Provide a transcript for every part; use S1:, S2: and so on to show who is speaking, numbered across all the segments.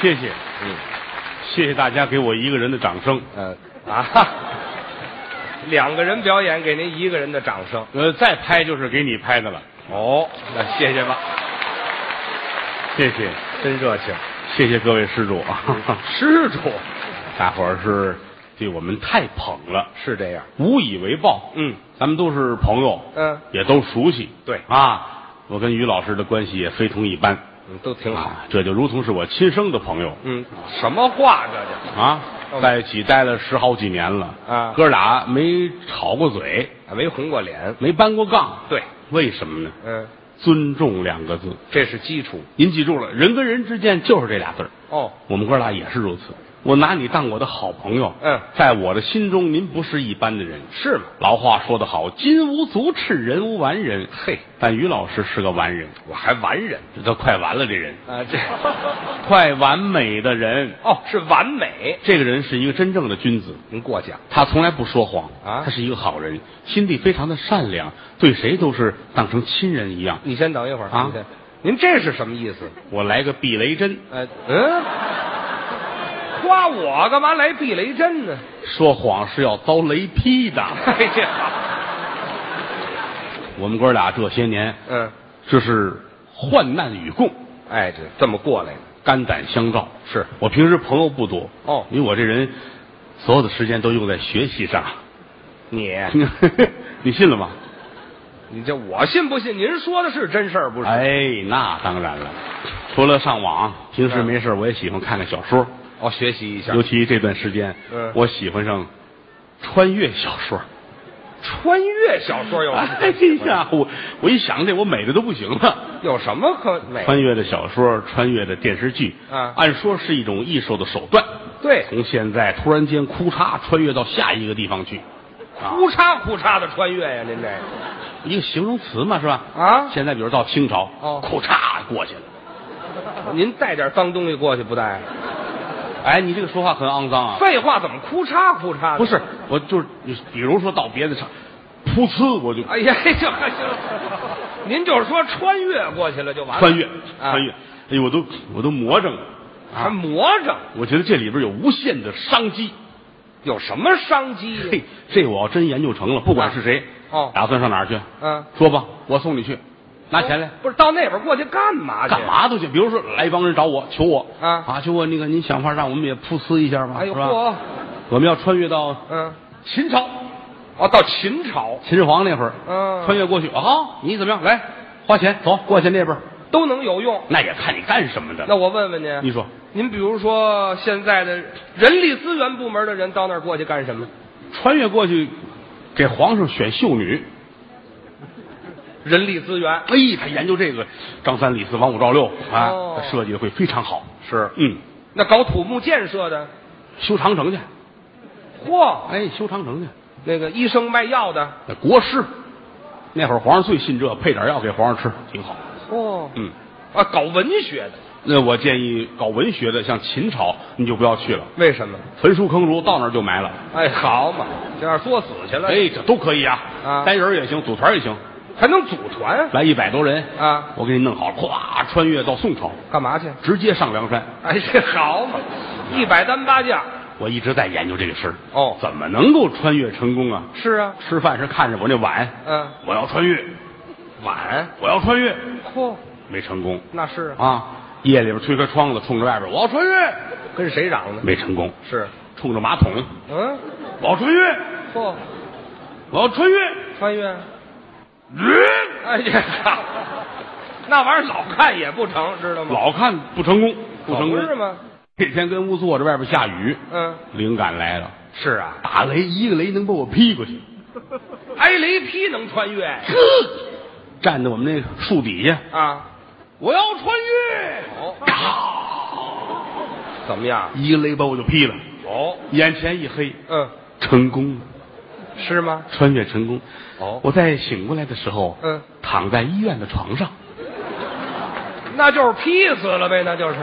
S1: 谢谢，
S2: 嗯，
S1: 谢谢大家给我一个人的掌声。
S2: 呃啊，哈两个人表演给您一个人的掌声。
S1: 呃，再拍就是给你拍的了，
S2: 哦，那谢谢吧，
S1: 谢谢，
S2: 真热情。
S1: 谢谢各位施主
S2: 嗯
S1: 啊，
S2: 施主
S1: 大伙儿是对我们太捧了，
S2: 是这样，
S1: 无以为报。
S2: 嗯
S1: 咱们都是朋友，
S2: 嗯，
S1: 也都熟悉。
S2: 对
S1: 啊，我跟于老师的关系也非同一般，
S2: 嗯，都挺好。
S1: 啊，这就如同是我亲生的朋友
S2: 嗯，什么话这就
S1: 啊，
S2: 嗯
S1: 在一起待了十好几年了，
S2: 啊
S1: 哥俩没吵过嘴，
S2: 啊没红过脸。
S1: 没搬过杠，
S2: 对，
S1: 为什么呢？
S2: 嗯，
S1: 尊重两个字，
S2: 这是基础。
S1: 您记住了，人跟人之间就是这俩字儿。
S2: 哦，
S1: 我们哥俩也是如此，我拿你当我的好朋友，
S2: 嗯
S1: 在我的心中您不是一般的人。
S2: 是吗？
S1: 老话说得好，金无足赤，人无完人。
S2: 嘿，
S1: 但于老师是个完人，
S2: 我还完人
S1: 这都快完了，这人
S2: 啊， 这
S1: 快完美的人。
S2: 哦是完美。
S1: 这个人是一个真正的君子，
S2: 您过啊奖。
S1: 他从来不说谎
S2: 啊
S1: 他是一个好人，心地非常的善良，对谁都是当成亲人一样。
S2: 你先等一会儿
S1: 啊
S2: 你先您这是什么意思？
S1: 我来个避雷针，
S2: 呃，嗯，夸我干嘛来避雷针呢？
S1: 说谎是要遭雷劈的。
S2: 哎呀，
S1: 我们哥俩这些年，
S2: 嗯，
S1: 这是患难与共，
S2: 哎，这这么过来的，
S1: 肝胆相照。
S2: 是
S1: 我平时朋友不多
S2: 哦
S1: 因为我这人所有的时间都用在学习 上。
S2: 你，
S1: 你信了吗？
S2: 你这我信不信？您说的是真事儿不是？
S1: 哎，那当然了。除了上网，平
S2: 嗯
S1: 时没事儿我也喜欢看看小说，
S2: 哦，学习一下
S1: 尤其这段时间，
S2: 嗯哦
S1: 我喜欢上穿越小说。
S2: 穿越小说有
S1: 哎呀，我我一想这，我美的都不行了。
S2: 有什么可美？
S1: 穿越的小说，穿越的电视剧，
S2: 啊
S1: 按说是一种艺术的手段。
S2: 对，
S1: 从现在突然间哭嚓穿越到下一个地方去，啊，
S2: 哭嚓哭嚓的穿越呀，您这
S1: 一个形容词嘛，是吧？
S2: 啊
S1: 现在比如到清朝，
S2: 哦
S1: 哭嚓过去了。
S2: 您带点脏东西过去不带？
S1: 哎，你这个说话很肮脏啊！
S2: 废话，怎么哭嚓哭嚓的？
S1: 不是，我就是比如说到别的场，噗呲我就
S2: 哎呀，这行了，您就是说穿越过去了就完了，
S1: 穿越
S2: 啊
S1: 穿越，哎啊呦，我都我都魔怔了。
S2: 还魔怔，
S1: 我觉得这里边有无限的商机，
S2: 有什么商机呀？
S1: 嘿，这我要真研究成了，不管是谁，
S2: 哦
S1: 打算上哪儿去？
S2: 嗯，
S1: 说吧，我送你去，拿钱来，
S2: 不是到那边过去干嘛去？
S1: 干？嘛都行。比如说来一帮人找我，求我
S2: 啊
S1: 啊，求我那个您想法让我们也噗呲一下吧，
S2: 哎呦
S1: 是吧？
S2: 嚯，
S1: 我们要穿越到
S2: 嗯，
S1: 秦朝，
S2: 哦，到秦朝
S1: 秦始皇那会儿，
S2: 嗯
S1: 穿越过去啊，好你怎么样？来，花钱走过去那边儿，
S2: 都能有用。
S1: 那也看你干什么的。
S2: 那我问问您，
S1: 你说
S2: 您比如说现在的人力资源部门的人到那儿过去干什么？
S1: 穿越过去，给皇上选秀女，
S2: 人力资源
S1: 哎，他研究这个，张三、李四、王五、赵六啊，
S2: 哦
S1: 他设计的会非常好。
S2: 是
S1: 嗯，
S2: 那搞土木建设的，
S1: 修长城去，
S2: 嚯，
S1: 哎，修长城去。
S2: 那个医生卖药的，
S1: 那国师，那会儿皇上最信这，配点药给皇上吃，挺好。
S2: 嚯，
S1: 嗯，
S2: 啊，搞文学的，
S1: 那我建议搞文学的，像秦朝你就不要去了，
S2: 为什么？
S1: 焚书坑儒，到那儿就埋了。
S2: 哎，好嘛，这样作死去了，
S1: 哎，这都可以啊，
S2: 啊
S1: 单人也行，组团也行，
S2: 还能组团
S1: 来一百多人，
S2: 啊？
S1: 我给你弄好了，咵穿越到宋朝，
S2: 干嘛去？
S1: 直接上梁山。
S2: 哎，这好嘛，一百单八将。
S1: 我一直在研究这个事儿，
S2: 哦
S1: 怎么能够穿越成功啊？
S2: 是啊，
S1: 吃饭时看着我那碗，
S2: 嗯，
S1: 我要穿越，
S2: 碗，
S1: 我要穿越，
S2: 嚯，
S1: 没成功
S2: 那是啊，
S1: 啊！夜里边推开窗子，冲着外边，我要穿越，
S2: 跟谁嚷呢？
S1: 没成功，
S2: 是，
S1: 冲着马桶，
S2: 嗯，
S1: 我要穿越，
S2: 嚯，
S1: 我要穿越，
S2: 穿越，
S1: 嗯
S2: 哎呀，那玩意儿老看也不成，知道吗？
S1: 老看不成功，不成
S2: 可不是
S1: 功。
S2: 吗？
S1: 这天跟屋坐着，外边下雨，
S2: 嗯，
S1: 灵感来了，
S2: 是啊，
S1: 打雷，一个雷能把我劈过去，
S2: 挨雷劈能穿越
S1: 站在我们那个树底下，
S2: 啊？
S1: 我要穿越，
S2: 哦，
S1: 咔，
S2: 怎么样？
S1: 一个雷把我就劈了，
S2: 哦，
S1: 眼前一黑，
S2: 嗯，
S1: 成功了，
S2: 是吗？
S1: 穿越成功。
S2: 哦
S1: 我在醒过来的时候，
S2: 嗯，
S1: 躺在医院的床上，
S2: 那就是劈死了呗，那就是。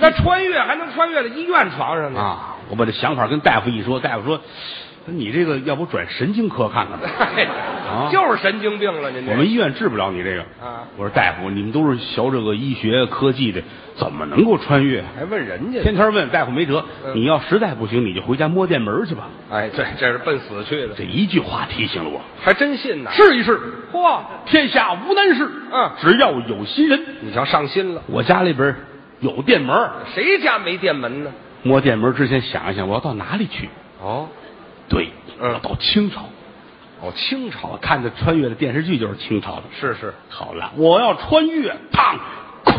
S2: 那穿越还能穿越到医院床上呢？
S1: 啊啊，我把这想法跟大夫一说，大夫说：“你这个要不转神经科看看吧？
S2: 哎就是神经病了，您这
S1: 我们医院治不了你这个。
S2: 啊
S1: 我说大夫，你们都是学这个医学科技的，怎么能够穿越？
S2: 还问人家呢？
S1: 天天问大夫没辙，
S2: 嗯
S1: 你要实在不行，你就回家摸电门去吧。
S2: 哎，对，这是奔死去的，
S1: 这一句话提醒了我，
S2: 还真信呐！
S1: 试一试，
S2: 嚯，
S1: 天下无难事。
S2: 嗯
S1: 只要有心人，
S2: 你瞧上心了，
S1: 我家里边有电门，
S2: 谁家没电门呢？
S1: 摸电门之前想一想，我要到哪里去？
S2: 哦，
S1: 对，
S2: 嗯
S1: 我到清朝。
S2: 哦，清朝
S1: 我看的穿越的电视剧就是清朝的。
S2: 是是，
S1: 好了，我要穿越，烫，咔嚓，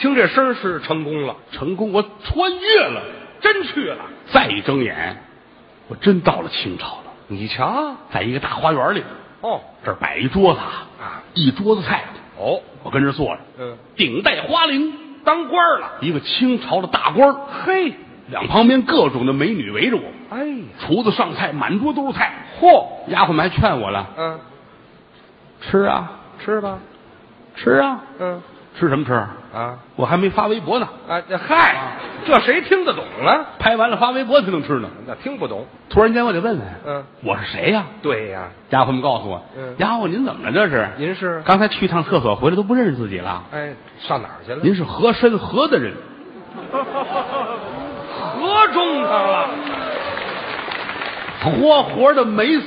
S2: 听这声儿是成功了，
S1: 成功，我穿越了。
S2: 真去了。
S1: 再一睁眼，我真到了清朝了，
S2: 你瞧，
S1: 在一个大花园里，
S2: 哦
S1: 这儿摆一桌子啊
S2: 啊，
S1: 一桌子菜，
S2: 哦，
S1: 我跟这儿坐着，
S2: 嗯，
S1: 顶戴花翎，
S2: 当官儿了，
S1: 一个清朝的大官儿，
S2: 嘿，
S1: 两旁边各种的美女围着我，
S2: 哎呀，
S1: 厨子上菜，满桌都是菜，嚯，丫鬟们还劝我了，
S2: 嗯，
S1: 吃啊，
S2: 吃吧，
S1: 吃啊，
S2: 嗯
S1: 吃什么吃啊？
S2: 啊
S1: 我还没发微博呢，
S2: 啊，这嗨，这谁听得懂啊？
S1: 拍完了发微博才能吃呢。
S2: 那听不懂。
S1: 突然间我得问问，
S2: 嗯，
S1: 我是谁呀、
S2: 对呀，
S1: 丫鬟们告诉我，
S2: 嗯
S1: 丫鬟您怎么了这是？
S2: 您是
S1: 刚才去一趟厕所回来都不认识自己了。
S2: 哎上哪儿去了？
S1: 您是和珅和的人，
S2: 合中上了。
S1: 活活的没死。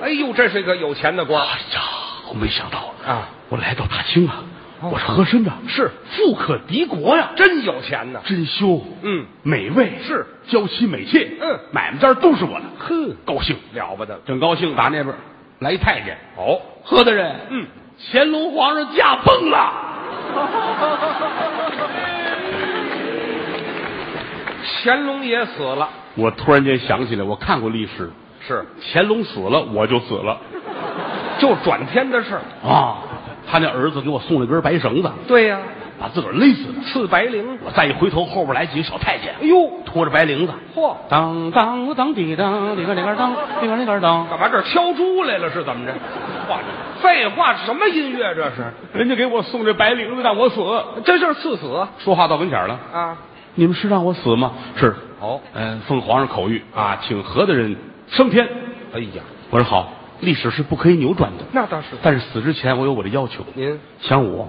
S2: 哎呦，这是个有钱的官
S1: 哎
S2: 儿
S1: 呀，我没想到
S2: 啊，
S1: 我来到大清啊，
S2: 哦
S1: 我是和珅呐，
S2: 是
S1: 富可敌
S2: 哎
S1: 国呀，
S2: 真有钱呐。
S1: 珍馐，
S2: 嗯，
S1: 美味
S2: 是
S1: 娇妻美妾，
S2: 嗯
S1: 买卖单儿都是我的，
S2: 呵，
S1: 高兴，
S2: 了不得了。
S1: 正高兴，打那边儿来一太监，
S2: 哦，
S1: 何大人，
S2: 嗯，
S1: 乾隆皇上驾崩了，
S2: 乾隆爷死了，
S1: 我突然间想起来，我看过历史，
S2: 是
S1: 乾隆死了，我就死了
S2: 就转天的事儿。
S1: 啊。他那儿子给我送了根白绳子，
S2: 对呀、
S1: 把自个儿勒死的。
S2: 刺白绫。
S1: 我再一回头，后边来几个小太监
S2: 哎，呦，
S1: 拖着白绫子，
S2: 嚯，
S1: 当当当滴当，里边里边当，里边里边当。
S2: 干嘛这儿敲猪来了是怎么着？话废话，什么音乐这是？
S1: 人家给我送这白绫子，让我死。
S2: 这就是赐死
S1: 说话到跟前儿了，
S2: 啊！
S1: 你们是让我死吗？是。
S2: 哦
S1: 嗯、奉皇上口谕啊，请何大人升天。
S2: 哎呀，
S1: 我说好，历史是不可以扭转的。
S2: 那倒是。
S1: 但是死之前，我有我的要求。
S2: 您
S1: 想我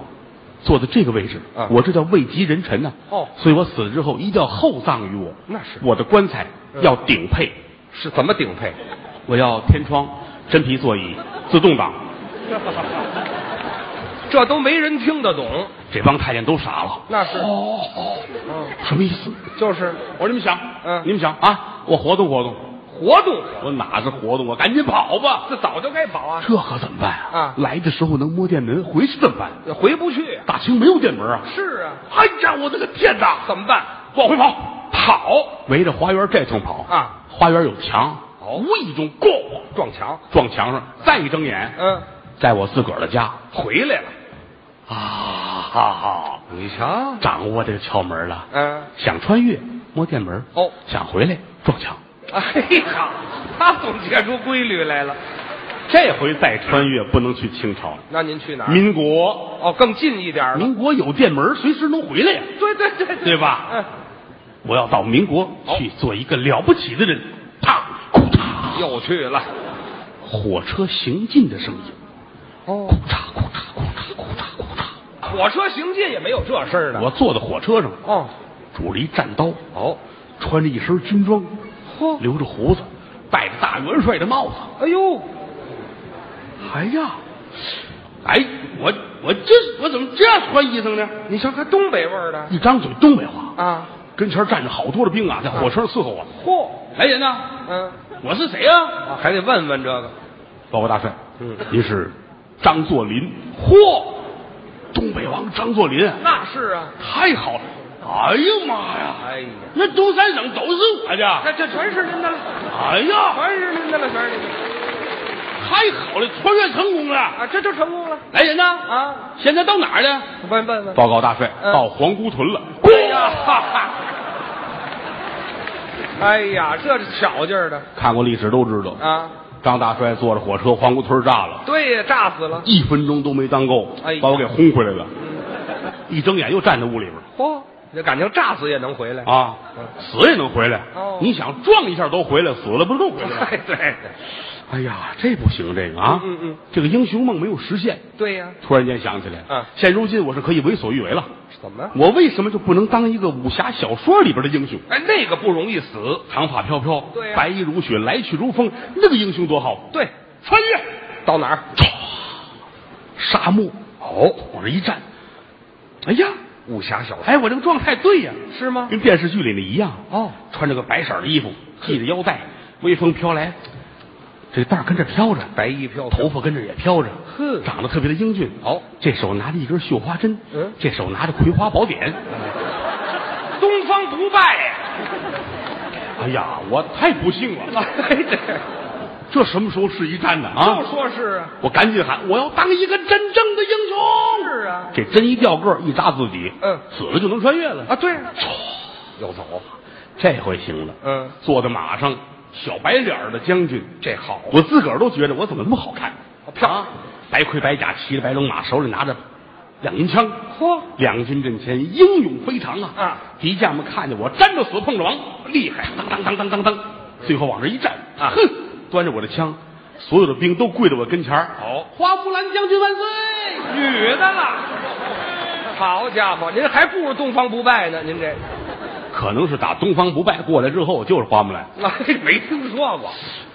S1: 坐在这个位置，
S2: 啊
S1: 我这叫位极人臣呐、
S2: 哦
S1: 所以我死了之后一定要厚葬于我。
S2: 那是
S1: 我的棺材
S2: 嗯
S1: 要顶配，
S2: 是怎么顶配？
S1: 我要天窗、真皮座椅、自动挡。
S2: 这都没人听得懂。
S1: 这帮太监都傻了。
S2: 那是
S1: 哦哦，
S2: 嗯，
S1: 什么意思？
S2: 就是
S1: 我说你们想，
S2: 嗯
S1: 你们想啊，我活动活动。
S2: 活动，
S1: 我哪是活动啊？赶紧跑吧！
S2: 这早就该跑啊，
S1: 这可怎么办啊？
S2: 啊
S1: 来的时候能摸电门，回去怎么办？
S2: 回不去啊。
S1: 大清没有电门啊！
S2: 是啊，
S1: 哎呀，我的个天哪！
S2: 怎么办？
S1: 往回跑，跑，围着花园这通跑
S2: 啊！
S1: 花园有墙，
S2: 哦
S1: 无意中咣
S2: 撞墙。
S1: 撞墙上，再一睁眼，
S2: 嗯，
S1: 在我自个儿的家
S2: 回来了。
S1: 啊，哈哈，
S2: 你瞧，
S1: 掌握这个窍门了。
S2: 嗯，
S1: 想穿越摸电门，
S2: 哦
S1: 想回来撞墙。
S2: 哎呀，他总结出规律来了。
S1: 这回再穿越不能去清朝了，
S2: 那您去哪儿？
S1: 民国，
S2: 哦，更近一点儿了。
S1: 民国有电门，随时能回来呀，
S2: 对对对对
S1: 对吧？
S2: 嗯，
S1: 我要到民国
S2: 哦
S1: 去做一个了不起的人，啪，库嚓，
S2: 又去了。
S1: 火车行进的声音。
S2: 哦
S1: 咕嚓咕嚓咕嚓咕嚓咕嚓。
S2: 火车行进也没有这事儿呢。
S1: 我坐在火车上，
S2: 哦
S1: 拄着一战刀，
S2: 哦，
S1: 穿着一身军装，
S2: 嚯
S1: 留着胡子，戴着大元帅的帽子。
S2: 哎呦，
S1: 哎呀，哎，我我这我怎么这样穿衣裳呢？
S2: 你瞧还东北味儿的
S1: 一张嘴东北话，
S2: 啊？
S1: 跟前站着好多的兵啊，在火车上伺候我。
S2: 嚯，
S1: 来人呐，
S2: 嗯，
S1: 我是谁呀、
S2: 啊还得问问这个。
S1: 报告大帅，
S2: 嗯
S1: 您是张作霖。嚯，东北王张作霖啊，
S2: 那是啊。
S1: 太好了！哎呀妈呀！
S2: 哎呀，
S1: 那东三省都是我的。
S2: 那这全是您的了，
S1: 哎呀，
S2: 全是您的了，全是您的了
S1: 太好了，穿越成功了！
S2: 啊！这就成功了
S1: 来人呐，
S2: 啊！
S1: 现在到哪儿了？
S2: 问问问。
S1: 报告大帅，
S2: 嗯
S1: 到皇姑屯了。
S2: 哎呀，哈哈！哎呀，这是巧劲儿的
S1: 看过历史都知道，
S2: 啊！
S1: 张大帅坐着火车，皇姑屯炸了，
S2: 对呀，炸死了。
S1: 一分钟都没当够
S2: 哎呀，
S1: 把我给轰回来了。一睁眼又站在屋里边，
S2: 嚯、那感情炸死也能回来！
S1: 啊，死也能回来。
S2: 哦
S1: 你想撞一下都回来，死了不都回来了？
S2: 哎， 对对
S1: 哎呀，这不行，这个啊，
S2: 嗯嗯嗯
S1: 这个英雄梦没有实现。
S2: 对呀，
S1: 突然间想起来，
S2: 嗯
S1: 现如今我是可以为所欲为了。
S2: 怎么？
S1: 我为什么就不能当一个武侠小说里边的英雄？
S2: 哎，那个不容易死。
S1: 长发飘飘，
S2: 对呀
S1: 白衣如雪，来去如风，那个英雄多好！
S2: 对，
S1: 穿越
S2: 到哪儿？
S1: 沙漠，哦，往这一站，哎呀，
S2: 武侠小说
S1: 哎，我这个状态对呀，
S2: 是吗？
S1: 跟电视剧里那一样。
S2: 哦，
S1: 穿着个白色儿的衣服，系着腰带，微风飘来，这个带儿跟着飘着，
S2: 白衣飘
S1: 头发跟着也飘着，
S2: 哼
S1: 长得特别的英俊。
S2: 好，
S1: 这手拿着一根绣花针，
S2: 嗯
S1: 这手拿着葵花宝典。
S2: 东方不败呀！
S1: 哎呀，我太不幸了，
S2: 哎，对，
S1: 这什么时候是一战呢？啊
S2: 就！说是啊，
S1: 我赶紧喊，我要当一个真正的英雄。
S2: 是啊
S1: 这针一掉个儿，一扎自己，
S2: 嗯
S1: 死了就能穿越了
S2: 啊，！对啊，
S1: 要走，这回行了。
S2: 嗯，
S1: 坐在马上，小白脸儿的将军，
S2: 这好，
S1: 我自个儿都觉得我怎么那么好看
S2: 好漂亮
S1: 啊！白盔白甲，骑着白龙马，手里拿着两银枪，
S2: 嚯，
S1: 两军阵前英勇非常啊！
S2: 啊，
S1: 敌将们看见我，粘着死碰着亡，厉害！当当当当当当，最后往这一站
S2: 啊
S1: 哼，端着我的枪，所有的兵都跪在我跟前儿。
S2: 好
S1: 花木兰将军万岁！
S2: 女的了。好家伙，您还不如东方不败呢，您这，
S1: 可能是打东方不败过来之后，就是花木兰。
S2: 哎，没听说过。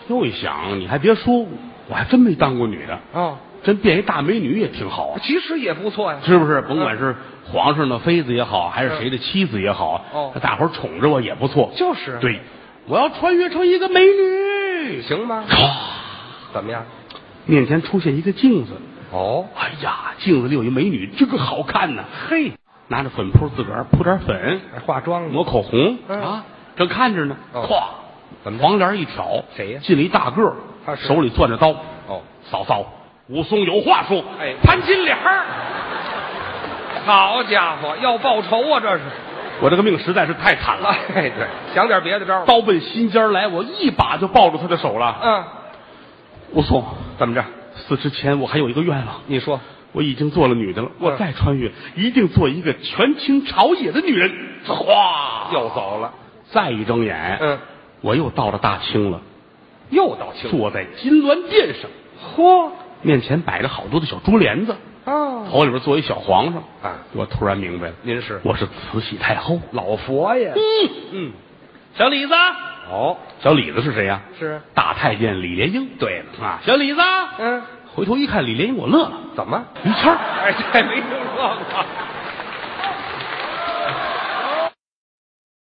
S1: 又一想，你还别说，我还真没当过女的，
S2: 哦，
S1: 真变一大美女也挺好啊。
S2: 其实也不错呀。
S1: 是不是？甭管是皇上的妃子也好，还是谁的妻子也好，
S2: 哦
S1: 大伙儿宠着我也不错。
S2: 就是，，啊
S1: 对，我要穿越成一个美女。
S2: 行吗？
S1: 唰，
S2: 怎么样？
S1: 面前出现一个镜子，
S2: 哦，
S1: 哎呀，镜子里有一美女，这个好看呐！嘿，拿着粉扑自个儿扑点粉，
S2: 还化妆呢
S1: 抹。口红、
S2: 嗯
S1: 啊，正看着呢，
S2: 哦
S1: 咵、
S2: 怎么着
S1: 黄帘一挑，
S2: 谁呀
S1: 进了一大个儿
S2: 他，是
S1: 手里攥着刀。
S2: 哦，
S1: 嫂嫂，武松有话说。
S2: 哎
S1: 潘金莲儿，
S2: 好家伙，要报仇啊，这是。
S1: 我这个命实在是太惨了。
S2: 哎，对，想点别的招吧。
S1: 刀奔心尖儿来，我一把就抱住他的手了。
S2: 嗯，
S1: 武松，
S2: 怎么着？
S1: 死之前我还有一个愿望，
S2: 你说，
S1: 我已经做了女的了，
S2: 嗯
S1: 我再穿越一定做一个权倾朝野的女人。哗，
S2: 又走了，
S1: 再一睁眼，
S2: 嗯，
S1: 我又到了大清了，
S2: 又到清
S1: 坐在金銮殿上，
S2: 嚯，
S1: 面前摆着好多的小珠帘子，
S2: 哦，
S1: 头里边坐一小皇上。
S2: 啊，
S1: 我突然明白了，
S2: 您是
S1: 我是慈禧太后。
S2: 老佛爷
S1: 嗯嗯，小李子，
S2: 哦，
S1: 小李子是谁呀、
S2: 是，
S1: 大太监李莲英。对了啊，小李子，
S2: 嗯，
S1: 回头一看李莲英，我乐了。
S2: 怎么？
S1: 于谦儿
S2: 哎，这没听说过。